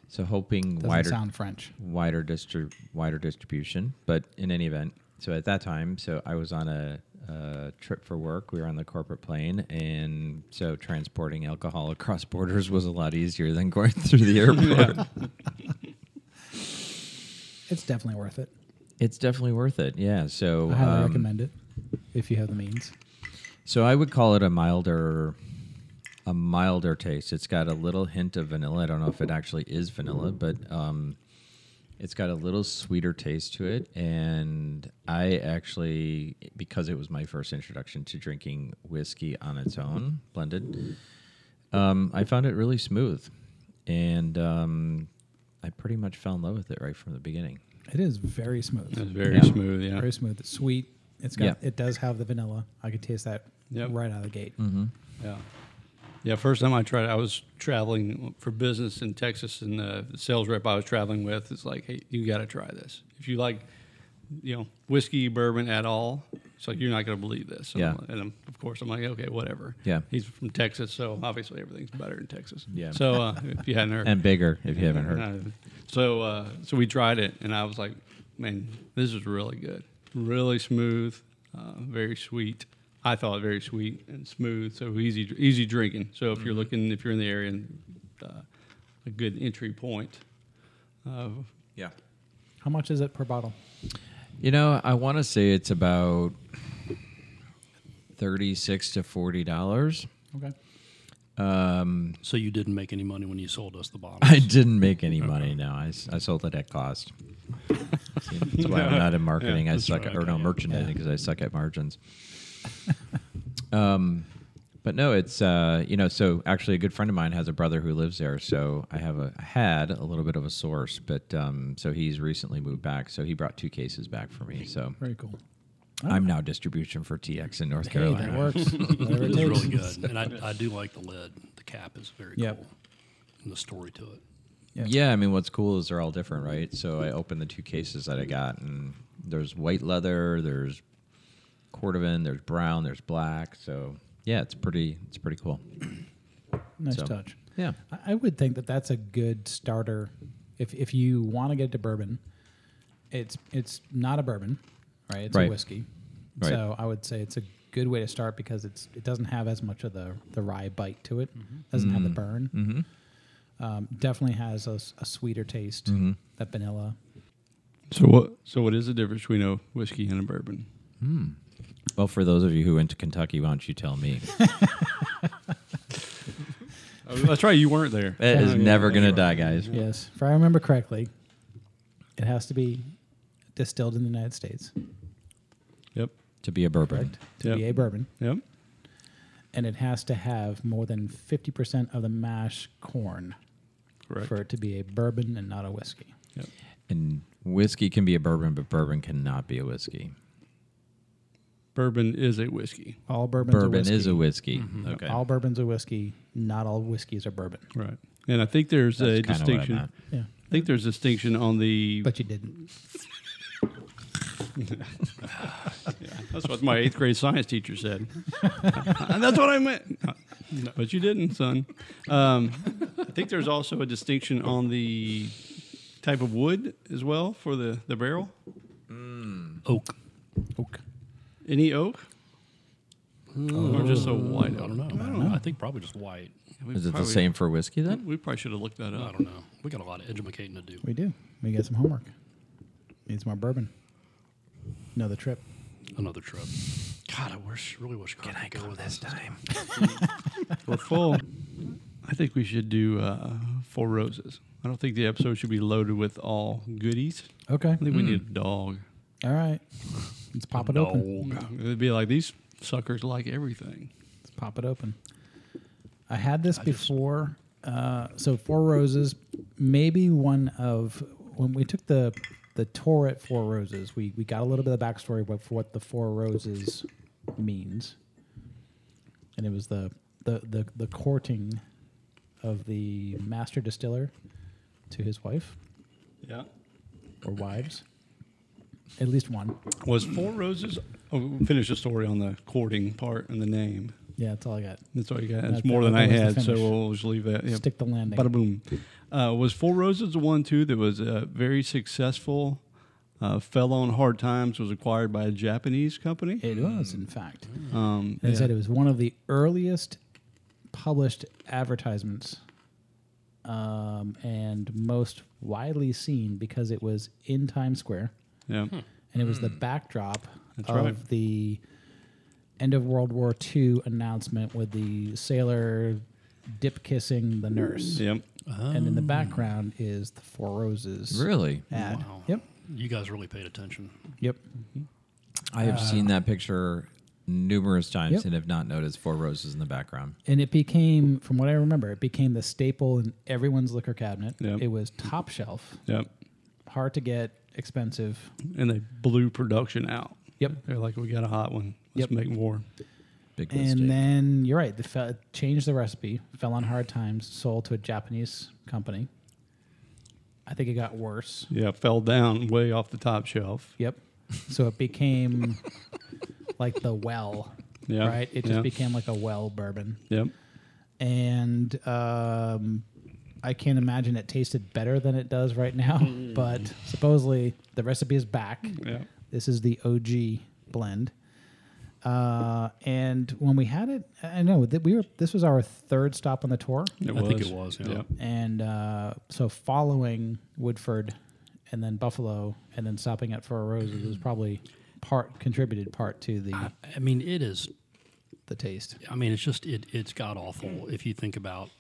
S1: So, hoping
S4: Doesn't
S1: wider
S4: sound French.
S1: wider distri- wider distribution. But in any event, so at that time, so I was on a, a trip for work. We were on the corporate plane, and so transporting alcohol across <laughs> borders was a lot easier than going through the airport.
S4: it's definitely worth it.
S1: It's definitely worth it. Yeah. So
S4: I highly
S1: um,
S4: recommend it if you have the means.
S1: So I would call it a milder, a milder taste. It's got a little hint of vanilla. I don't know if it actually is vanilla, but um, it's got a little sweeter taste to it. And I actually, because it was my first introduction to drinking whiskey on its own, blended, um, I found it really smooth, and um, I pretty much fell in love with it right from the beginning.
S4: It is very smooth.
S3: It's very
S1: Yeah.
S3: smooth. Yeah.
S4: Very smooth. It's sweet. It's got.
S1: Yeah.
S4: It does have the vanilla. I could taste that
S3: Yep.
S4: right out of the gate.
S1: Mm.
S3: Yeah. Yeah. First time I tried, it, I was traveling for business in Texas, and the sales rep I was traveling with is like, "Hey, you got to try this. If you like, you know, whiskey, bourbon at all, it's like you're not going to believe this." And
S1: Yeah.
S3: I'm- and I'm, of course, I'm like, "Okay, whatever."
S1: Yeah.
S3: He's from Texas, so obviously everything's better in Texas.
S1: Yeah.
S3: So uh, if you hadn't
S1: <laughs>
S3: heard,
S1: And bigger, if you haven't heard.
S3: Uh, So uh, so we tried it, and I was like, man, this is really good, really smooth, uh, very sweet. I thought very sweet and smooth, so easy easy drinking. So if you're
S1: Mm-hmm.
S3: looking, if you're in the area, and, uh, a good entry point. Uh,
S1: Yeah.
S4: How much is it per bottle?
S1: You know, I want to say it's about thirty-six to forty dollars. <laughs>
S4: Okay.
S2: So you didn't make any money when you sold us the bottle.
S1: I didn't make any money. No, I, s- I sold it at
S2: <laughs>
S1: cost. See, that's why I'm not in marketing. I
S2: that's
S1: suck at,
S2: right,
S1: or
S2: okay,
S1: no
S2: yeah.
S1: merchandising because I suck at
S2: <laughs>
S1: margins. um, but no, it's uh, you know. So actually, a good friend of mine has a brother who lives there. So I have a I had a little bit of a source, but um, so he's recently moved back. So he brought two cases back for me. So
S4: Very cool.
S2: Oh.
S1: I'm now distribution for TX in North
S4: Hey,
S1: Carolina.
S4: that works. Whatever it
S2: It is
S4: takes.
S2: really good, and I, I do like the lid. The cap is very
S4: Yep.
S2: cool, and the story to it.
S4: Yeah.
S1: Yeah, I mean, what's cool is they're all different, right? So I opened the two cases that I got, and there's white leather, there's cordovan, there's brown, there's black. So yeah, it's pretty, it's pretty cool.
S4: Nice
S1: So-
S4: touch.
S1: Yeah,
S4: I- I would think that that's a good starter. If if you want to get to bourbon, it's it's not a bourbon, right? It's
S1: Right.
S4: a whiskey.
S1: Right.
S4: So I would say it's a good way to start because it's it doesn't have as much of the the rye bite to it. Doesn't
S1: Mm-hmm.
S4: have the
S1: Mm.
S4: burn. Um, definitely has a, s- a sweeter
S1: Mm-hmm.
S4: taste. That vanilla.
S3: so what so what is the difference between a whiskey and a bourbon?
S1: Hmm. Well, for those of you who went to Kentucky, why don't you tell
S4: <laughs>
S1: me?
S3: Oh, that's right, you weren't there.
S1: It is
S3: Oh, yeah,
S1: never
S3: that's
S1: gonna
S3: right.
S1: die, guys.
S4: Yes, if I remember correctly, it has to be distilled in the United States
S3: Yep.
S1: To be a bourbon,
S4: to be
S3: Yep.
S4: a bourbon.
S3: Yep.
S4: and it has to have more than 50% of the mash corn
S3: Correct.
S4: for it to be a bourbon and not a whiskey.
S3: Yep.
S1: and whiskey can be a bourbon, but bourbon cannot be a whiskey.
S3: Bourbon is a whiskey.
S4: All bourbons
S1: Bourbon
S4: are whiskey.
S1: is a whiskey. Okay,
S4: All bourbons are whiskey. Not all whiskeys are bourbon.
S3: Right. And I think there's
S1: That's
S3: a
S1: kinda what I
S3: distinction.
S1: meant.
S4: Yeah,
S3: I think there's a distinction on the.
S4: but you didn't.
S3: That's what my eighth grade science teacher said. <laughs> and that's what I meant. But you didn't, son. Um, I think there's also a distinction on the type of wood as well for the, the barrel.
S2: Oak.
S4: Oak.
S3: Any oak? Or just a
S2: I
S3: white oak?
S2: don't know. I don't know. I think probably just white.
S3: We
S1: is it the
S3: probably-
S1: same for whiskey then?
S3: We probably should have looked that
S2: I
S3: up.
S2: don't know. We got a lot of educating to do.
S4: We do. We got some homework. Needs more bourbon. Another trip.
S2: Another trip. God, I wish really wish. Can I go with this time?
S3: We're full. I think we should do uh, four roses. I don't think the episode should be loaded with all goodies.
S4: Okay.
S3: I think we need a dog.
S4: All right. Let's pop it open.
S3: It'd be like these suckers like everything.
S4: Let's pop it open. I had this before. uh, so Four Roses, maybe one of when we took the the tour at Four Roses, we we got a little bit of backstory of what what the Four Roses means, and it was the the the, the courting of the master distiller to his wife
S3: Yeah.
S4: or wives, at least one.
S3: Was Four Roses? Oh, we'll finish the story on the courting part and the name.
S4: Yeah, that's all I got.
S3: That's all you got.
S4: That-
S3: That's more
S4: that-
S3: than
S4: that
S3: I
S4: was the
S3: had, so
S4: finish.
S3: we'll just leave that. Yeah.
S4: Stick the landing.
S3: Bada boom. Uh, was Four Roses the one too that was uh, very successful? Uh, fell on hard times. Was acquired by a Japanese company.
S4: It was, in fact.
S3: Um,
S4: They
S3: yeah.
S4: said it was one of the earliest published advertisements um, and most widely seen because it was in Times Square
S3: Yeah.
S4: and it was the backdrop
S3: Hmm. That's
S4: of
S3: right.
S4: the end of World War II announcement with the sailor dip kissing the nurse.
S2: Hmm.
S3: Yep. Ah.
S4: And in the background is the Four Roses
S1: Really?
S4: ad.
S2: Wow.
S4: Yep.
S2: You guys really paid attention.
S4: Yep.
S3: Mm-hmm.
S1: I have seen that picture numerous times
S4: Uh, Yep.
S1: and have not noticed four roses in the background.
S4: And it became, from what I remember, it became the staple in everyone's liquor cabinet.
S3: Yep.
S4: It was top shelf,
S3: Yep.
S4: hard to get, expensive.
S3: And they blew production out.
S4: Yep.
S3: They're like, we got a hot one. Let's
S4: Yep.
S3: make more.
S1: Big mistake.
S4: And then you're right. They fe- changed the recipe. Fell on hard times. Sold to a Japanese company. I think it got worse.
S3: Yeah. Fell down way off the top shelf.
S4: Yep. So it became like the well,
S3: Yeah.
S4: right? It just
S3: yeah.
S4: became like a well bourbon,
S3: Yep.
S4: and um, I can't imagine it tasted better than it does right now.
S2: Mm.
S4: But supposedly the recipe is back.
S3: Yeah.
S4: This is the OG blend. Uh, and when we had it, I know that we were. This was our third stop on the tour,
S3: It
S2: I think it was, yeah.
S3: Yep.
S4: and uh, so following Woodford, and then Buffalo, and then stopping at Four Roses was probably part contributed part to the
S2: I mean, it is
S4: the taste.
S2: I mean, it's just it it's god
S3: Mm.
S2: awful if you think about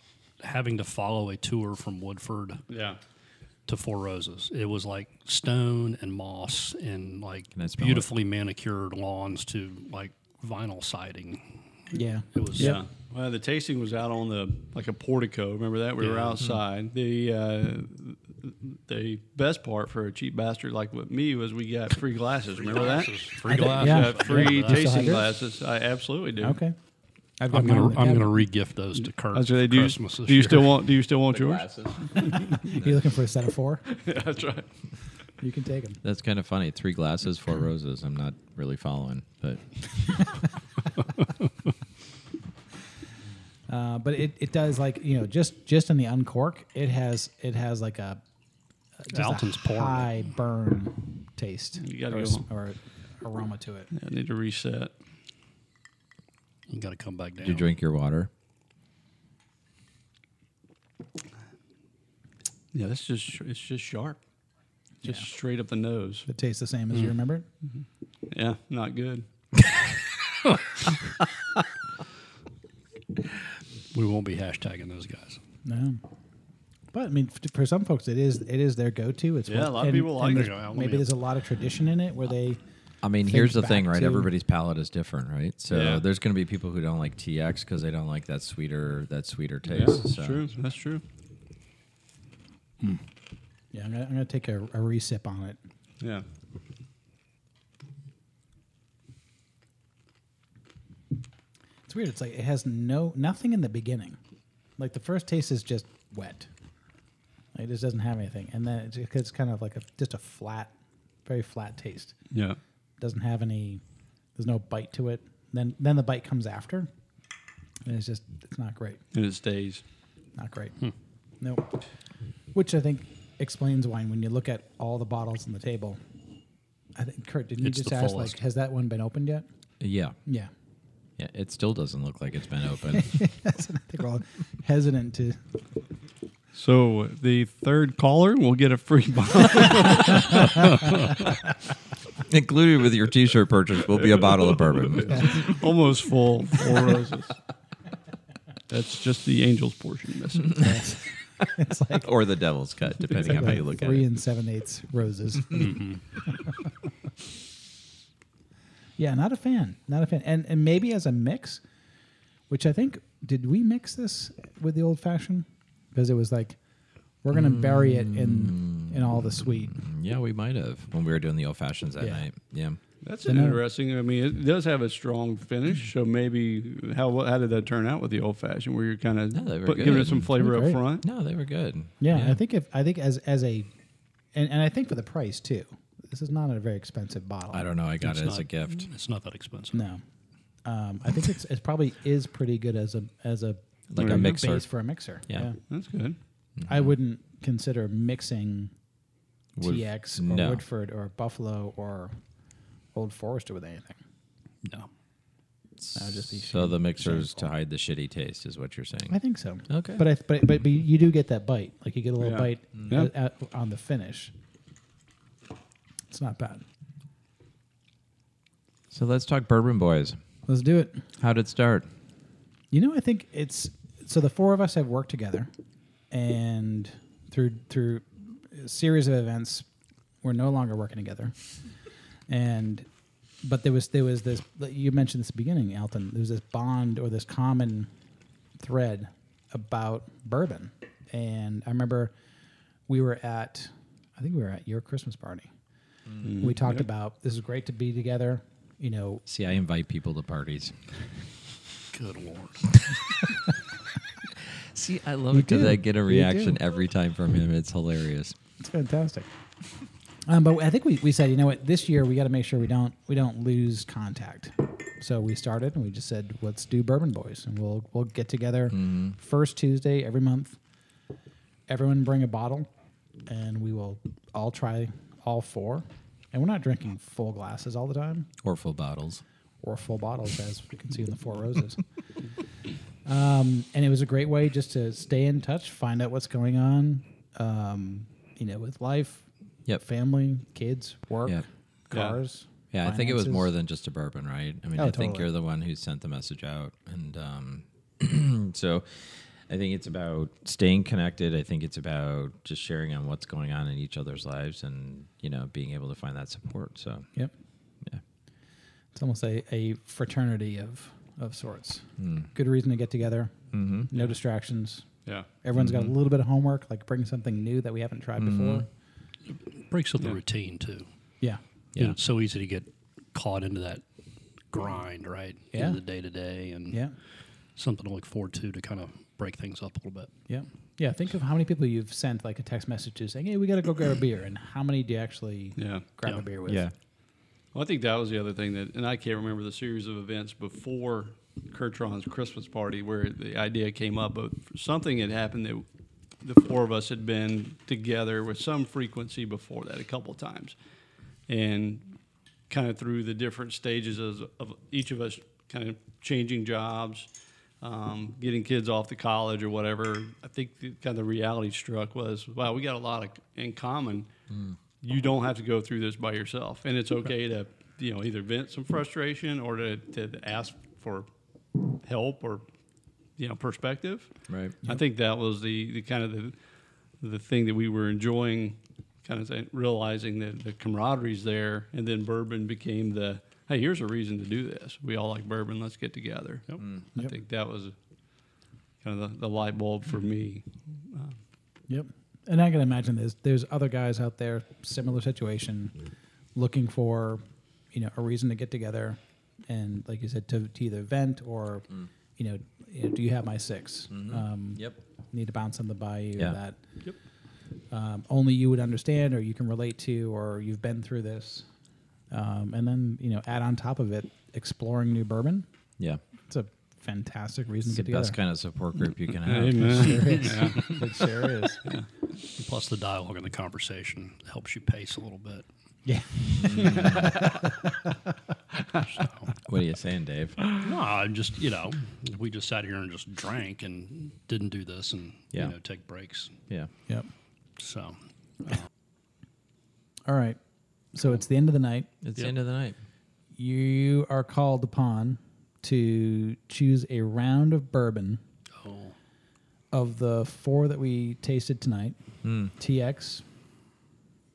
S2: having to follow a tour from Woodford
S3: Yeah.
S2: to Four Roses. It was like stone and moss and like
S1: I smell it?
S2: beautifully manicured lawns to like vinyl siding.
S4: Yeah,
S2: It was uh,
S3: Yeah. Well, the tasting was out on the like a portico. Remember that we were
S2: Yeah. Mm-hmm.
S3: outside. The uh, the best part for a cheap bastard like with me was we got free glasses. Remember
S2: glasses,
S3: that?
S2: free
S4: I think-
S2: glasses.
S4: yeah.
S3: We got free
S4: still have
S3: tasting
S4: yours?
S3: glasses. I absolutely do.
S4: okay. I've
S2: I'm
S4: mine in
S2: gonna
S4: the
S2: I'm
S4: cabinet.
S2: gonna re-gift those to Kurt.
S3: That's what
S2: for
S3: they do.
S2: Christmas this
S3: do you still
S2: year.
S3: want? Do you still want yours?
S4: You're looking for a set
S3: <laughs>
S4: of four?
S3: That's right.
S4: You can take them.
S1: That's kind of funny. Three glasses,
S4: <clears throat>
S1: four roses. I'm not really following, but
S4: Uh, but it, it does like you know just just in the uncork it has it has like a just
S2: <laughs> Alton's
S4: a
S2: pouring it.
S4: high burn taste
S3: You gotta
S4: or,
S3: go
S4: s-
S3: home.
S4: or aroma to it.
S3: I need to reset.
S2: You got to come back down.
S1: did you drink your water?
S3: Yeah, that's just sh- it's just sharp, just straight up the nose.
S4: It tastes the same
S3: Mm.
S4: as you remember. it?
S3: Yeah, not good.
S2: We won't be hashtagging those guys.
S4: No. But I mean, f- for some folks, it is it is their go-to. It's
S3: Yeah,
S4: what-
S3: a lot of people like
S4: there's-
S2: it. Yeah, let
S4: Maybe
S2: me-
S4: there's a lot of tradition in it where they
S1: I mean,
S4: Think
S1: here's the thing,
S4: back
S1: right?
S4: to-
S1: Everybody's palate is different, right? So
S3: Yeah.
S1: there's going to be people who don't like TX because they don't like that sweeter that sweeter taste.
S3: Yeah, that's
S1: so.
S3: true. That's true.
S4: yeah. I'm gonna, I'm gonna take a, a re-sip on it.
S3: Yeah.
S4: It's weird. It's like it has no nothing in the beginning. Like the first taste is just wet. It just doesn't have anything, and then it's, it's kind of like a just a flat, very flat taste.
S3: Yeah.
S4: Doesn't have any. There's no bite to it. Then then the bite comes after, and it's just it's not great.
S3: And it stays.
S4: Not great.
S2: Hmm.
S4: Nope. Which I think explains why when you look at all the bottles on the table. I think Kurt, didn't
S2: It's
S4: you just
S2: the
S4: ask
S2: fullest.
S4: like, has that one been opened yet?
S1: Yeah.
S2: <laughs>
S4: Yeah. <laughs>
S1: Yeah. It still doesn't look like it's been open. <laughs>
S4: That's what I think we're all hesitant to
S3: So the third caller will get a free <laughs> bottle.
S1: Included with your T-shirt purchase will be a bottle of
S4: <laughs>
S1: bourbon.
S3: Almost full. Four roses. That's just the angel's portion missing.
S4: <laughs> it's like
S1: <laughs> or the devil's cut, <laughs> depending on how you look at
S4: three
S1: it. Mm-hmm.
S4: and seven eighths
S1: <laughs>
S4: roses. <laughs> yeah, not a fan. Not a fan. And and maybe as a mix, which I think did we mix this with the old fashioned? Because it was like we're gonna bury it in in all the sweet.
S1: Yeah, we might have when we were doing the old fashions that
S4: Yeah.
S1: night. Yeah.
S3: That's
S4: Then I-
S3: interesting. I mean, it does have a strong finish. So maybe how what- how did that turn out with the old fashioned, where you're kind of
S1: No, they were
S3: giving
S1: good.
S3: it some flavor up
S4: Great.
S3: front?
S1: No, they were good.
S4: Yeah, I think if I think as as a and, and I think for the price too. This is not a very expensive bottle.
S1: I don't know. I got
S2: It's
S1: it as
S2: not-
S1: a gift.
S2: It's not that expensive.
S4: No. Um, I think it's it probably is pretty good as a as a
S1: Like
S3: Right.
S1: a mixer.
S4: base for a mixer.
S1: Yeah.
S3: That's good.
S4: I wouldn't consider mixing
S1: Wood-
S4: TX or
S1: no.
S4: Woodford or Buffalo or Old Forester with anything.
S2: No.
S4: That would just be
S1: So the mixer's
S4: shameful.
S1: to hide the shitty taste, is what you're
S4: I
S1: saying.
S4: think so.
S1: Okay.
S4: But I but but, but you do get that bite. Like you get a little
S3: Yeah.
S4: bite
S3: Yeah.
S4: at- at- on the finish. It's not bad.
S1: So let's talk Bourbon Boys.
S4: Let's do it.
S1: How did it start?
S4: You know, I think it's so the four of us have worked together, and through through a series of events, we're no longer working together. And but there was there was this you mentioned this at the beginning, Elton. There was this bond or this common thread about bourbon, and I remember we were at I think we were at your Christmas party. We talked about this is great to be together. You know,
S1: See, I invite people to parties.
S2: Good lord.
S1: See, I love
S4: You
S1: it because
S4: do.
S1: I get a
S4: You
S1: reaction
S4: do.
S1: every time from him. It's hilarious.
S4: It's fantastic. <laughs> Um, but I think we, we said, you know what, this year we got to make sure we don't we don't lose contact. So we started and we just said, let's do Bourbon Boys, and we'll we'll get together first Tuesday every month. Everyone bring a bottle, and we will all try all four. And we're not drinking full glasses all the time
S1: Or full bottles.
S4: or full bottles, as you can see in the Four Roses. um, and it was a great way just to stay in touch, find out what's going on, um, you know, with life,
S1: Yep.
S4: family, kids, work,
S1: Yep.
S3: Yeah.
S4: cars.
S1: Yeah, I think it was
S4: finances.
S1: more than just a bourbon, right? I mean, I
S4: Oh,
S1: think
S4: totally.
S1: you're the one who sent the message out, and um, <clears throat> so I think it's about staying connected. I think it's about just sharing on what's going on in each other's lives, and you know, being able to find that support. So
S4: Yep.
S1: Yeah.
S4: It's almost a, a fraternity of of sorts.
S1: Hmm.
S4: Good reason to get together. Mm-hmm. No distractions.
S3: Yeah.
S4: Everyone's
S1: Mm-hmm.
S4: got a little bit of homework, like bring something new that we haven't tried before.
S2: Breaks up the
S3: Yeah.
S2: routine too.
S4: Yeah.
S2: Yeah.
S1: Yeah.
S2: it's so easy to get caught into that grind, right? You know,
S4: Yeah.
S2: the day to day and
S4: Yeah.
S2: something to look forward to to kind of break things up a little bit.
S4: Yeah. Yeah. Think of how many people you've sent like a text message to saying, Hey, we gotta go grab a beer and how many do you actually
S3: Yeah.
S4: grab
S2: Yeah.
S4: a beer with?
S3: Well, I think that was the other thing that, and I can't remember the series of events before Kurtron's Christmas party where the idea came up, but something had happened that the four of us had been together with some frequency before that, a couple of times, and kind of through the different stages of, of each of us kind of changing jobs, um, getting kids off to college or whatever. I think the, kind of the reality struck was, wow, we got a lot of, in common. You don't have to go through this by yourself, and it's okay to you know either vent some frustration or to, to ask for help or you know perspective.
S1: Right.
S3: I think that was the, the kind of the the thing that we were enjoying, kind of saying- realizing that the camaraderie's there, and then bourbon became the hey, here's a reason to do this. We all like bourbon. Let's get together. I
S4: Yep.
S3: think that was kind of the, the light bulb for me.
S4: Yep. And I can imagine there's there's other guys out there, similar situation, looking for, you know, a reason to get together and like you said, to, to either vent or you, know, you know, do you have my 6 Um,
S1: Mm. Mm-hmm. Yep.
S4: Need to bounce something by you
S1: Yeah.
S4: that
S3: Yep.
S4: um, only you would understand or you can relate to or you've been through this. Um, and then, you know, add on top of it, exploring new bourbon.
S1: Yeah.
S4: It's a fantastic reason
S1: It's
S4: to
S1: the
S4: get together.
S1: best kind of support group <laughs> you can have.
S4: It sure is.
S2: And plus the dialogue and the conversation helps you pace a little bit.
S4: Yeah.
S1: What are you saying, Dave?
S2: No, I just you know, we just sat here and just drank and didn't do this and
S1: Yeah.
S2: you know take breaks.
S1: Yeah.
S4: Yep.
S2: So
S4: All right. So it's the end of the night.
S1: It's the end of the night.
S4: You are called upon to choose a round of bourbon
S2: oh,
S4: of the four that we tasted tonight TX,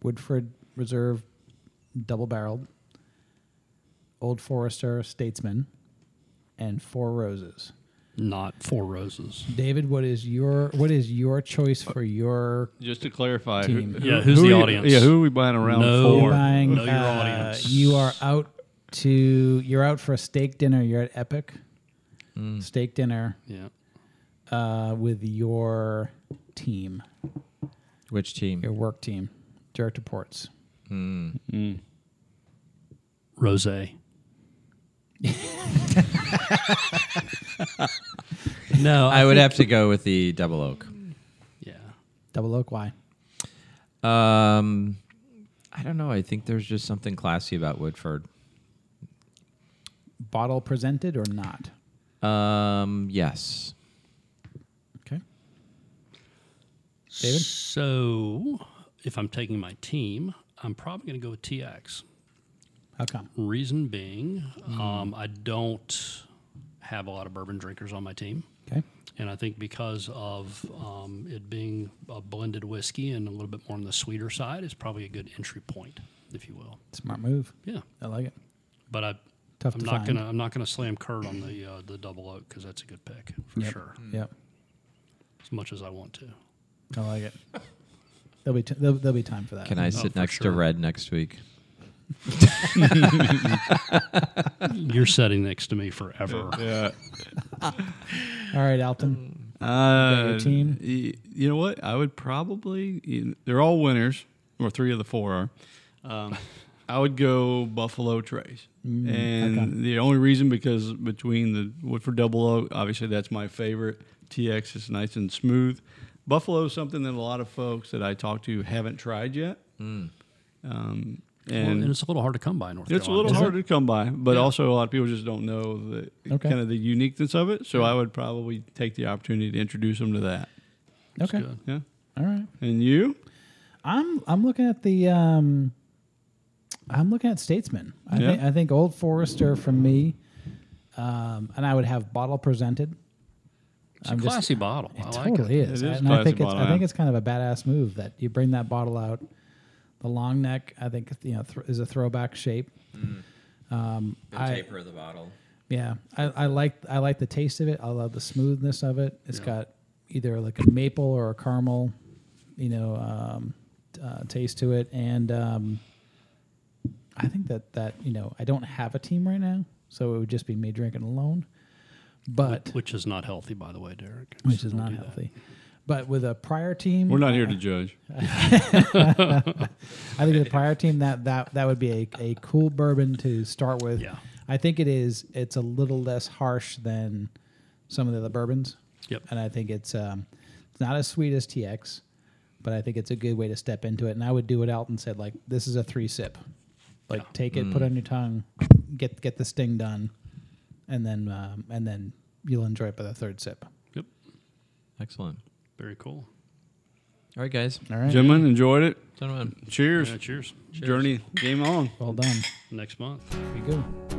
S4: Woodford Reserve Double Barreled, Old Forester Statesman, and Four Roses.
S2: not four roses.
S4: David, what is your what is your choice for your
S3: Just to clarify,
S4: Team.
S2: Yeah, who's the
S3: are you-
S2: audience?
S3: yeah, who are we buying around
S2: No.
S3: for?
S2: You're
S4: buying?
S2: Know your
S4: uh,
S2: audience.
S4: You are out to you're out for a steak dinner. You're at Epic
S1: Hmm.
S4: steak dinner
S2: Yeah.
S4: uh, with your team,
S1: Which team?
S4: your work team, direct reports.
S2: Rose. no,
S1: I would have to go with the Double Oak.
S2: Yeah.
S4: Double oak. Why?
S1: Um, I don't know. I think there's just something classy about Woodford.
S4: bottle presented or not?
S1: Um, yes.
S4: Okay. David?
S2: So, if I'm taking my team, I'm probably going to go with TX.
S4: How come?
S2: Reason being,
S4: Hmm.
S2: um, I don't have a lot of bourbon drinkers on my team.
S4: Okay.
S2: And I think because of um, it being a blended whiskey and a little bit more on the sweeter side, it's probably a good entry point, if you will.
S4: Smart move.
S2: Yeah,
S4: I like it.
S2: but I,
S4: Tough
S2: I'm
S4: to
S2: not
S4: find.
S2: gonna I'm not gonna slam Kurt on the uh, the double oak because that's a good pick for
S4: Yep.
S2: sure.
S4: Yep.
S2: As much as I want to.
S4: I like it. There'll be t- there'll, there'll be time for that.
S1: Can I sit
S2: Uh, for
S1: next to
S2: sure.
S1: Red next week?
S2: You're sitting next to me forever.
S5: Yeah.
S4: All right, Alton.
S3: Uh,
S4: your team?
S3: y- you know what? I would probably. you- They're all winners, or three of the four are. Um, I would go Buffalo Trace,
S2: Mm,
S3: and
S4: okay.
S3: the only reason because between the Woodford Double Oak, obviously that's my favorite. TX is nice and smooth. Buffalo is something that a lot of folks that I talk to haven't tried yet. Um,
S2: Mm. Well, and,
S3: and
S2: it's a little hard to come by in North
S3: it's a
S2: Carolina.
S3: little
S2: isn't
S3: harder to come by, but
S2: Yeah.
S3: also a lot of people just don't know the
S4: Okay.
S3: kind of the uniqueness of it. So I would probably take the opportunity to introduce them to that.
S2: it?
S4: Okay.
S2: It's good.
S3: Yeah.
S4: All right.
S3: And you?
S4: I'm I'm looking at the um, I'm looking at Statesman. I,
S3: Yeah.
S4: think, I think Old Forester from me, um, and I would have bottle presented.
S2: It's
S4: I'm
S2: a
S4: just-
S2: classy bottle.
S4: It
S2: I like
S4: totally
S2: it.
S4: is,
S3: It is
S4: and I
S3: classy
S4: think it's
S3: bottle,
S4: I think
S3: yeah.
S4: it's kind of a badass move that you bring that bottle out. The long neck, I think, you know, th- is a throwback shape.
S3: Mm-hmm.
S4: Um, I,
S1: of the bottle.
S4: yeah, I, I like I like the taste of it. I love the smoothness of it. It's got either like a maple or a caramel, you know, um, uh, taste to it. And um, I think that that you know I don't have a team right now, so it would just be me drinking alone. But
S2: Which is not healthy, by the way, Derek.
S4: which
S2: So
S4: is
S2: don't
S4: not
S2: do that.
S4: healthy. But with a prior team,
S3: We're not here to judge.
S4: I think with a prior team that that that would be a, a cool bourbon to start with.
S2: Yeah.
S4: I think it is. It's a little less harsh than some of the other bourbons.
S2: Yep.
S4: And I think it's um, it's not as sweet as TX, but I think it's a good way to step into it. And I would do what Alton said, like this is a three sip, like
S2: Yeah.
S4: take it, put it on your tongue, get get the sting done, and then um, and then you'll enjoy it by the third sip.
S2: Yep.
S1: Excellent.
S2: Very cool.
S1: All right, guys.
S4: All right,
S3: Gentlemen, enjoyed it.
S1: Gentlemen.
S3: Cheers.
S2: Yeah, cheers.
S3: Journey, game on.
S4: well done.
S2: Next month.
S4: There you go.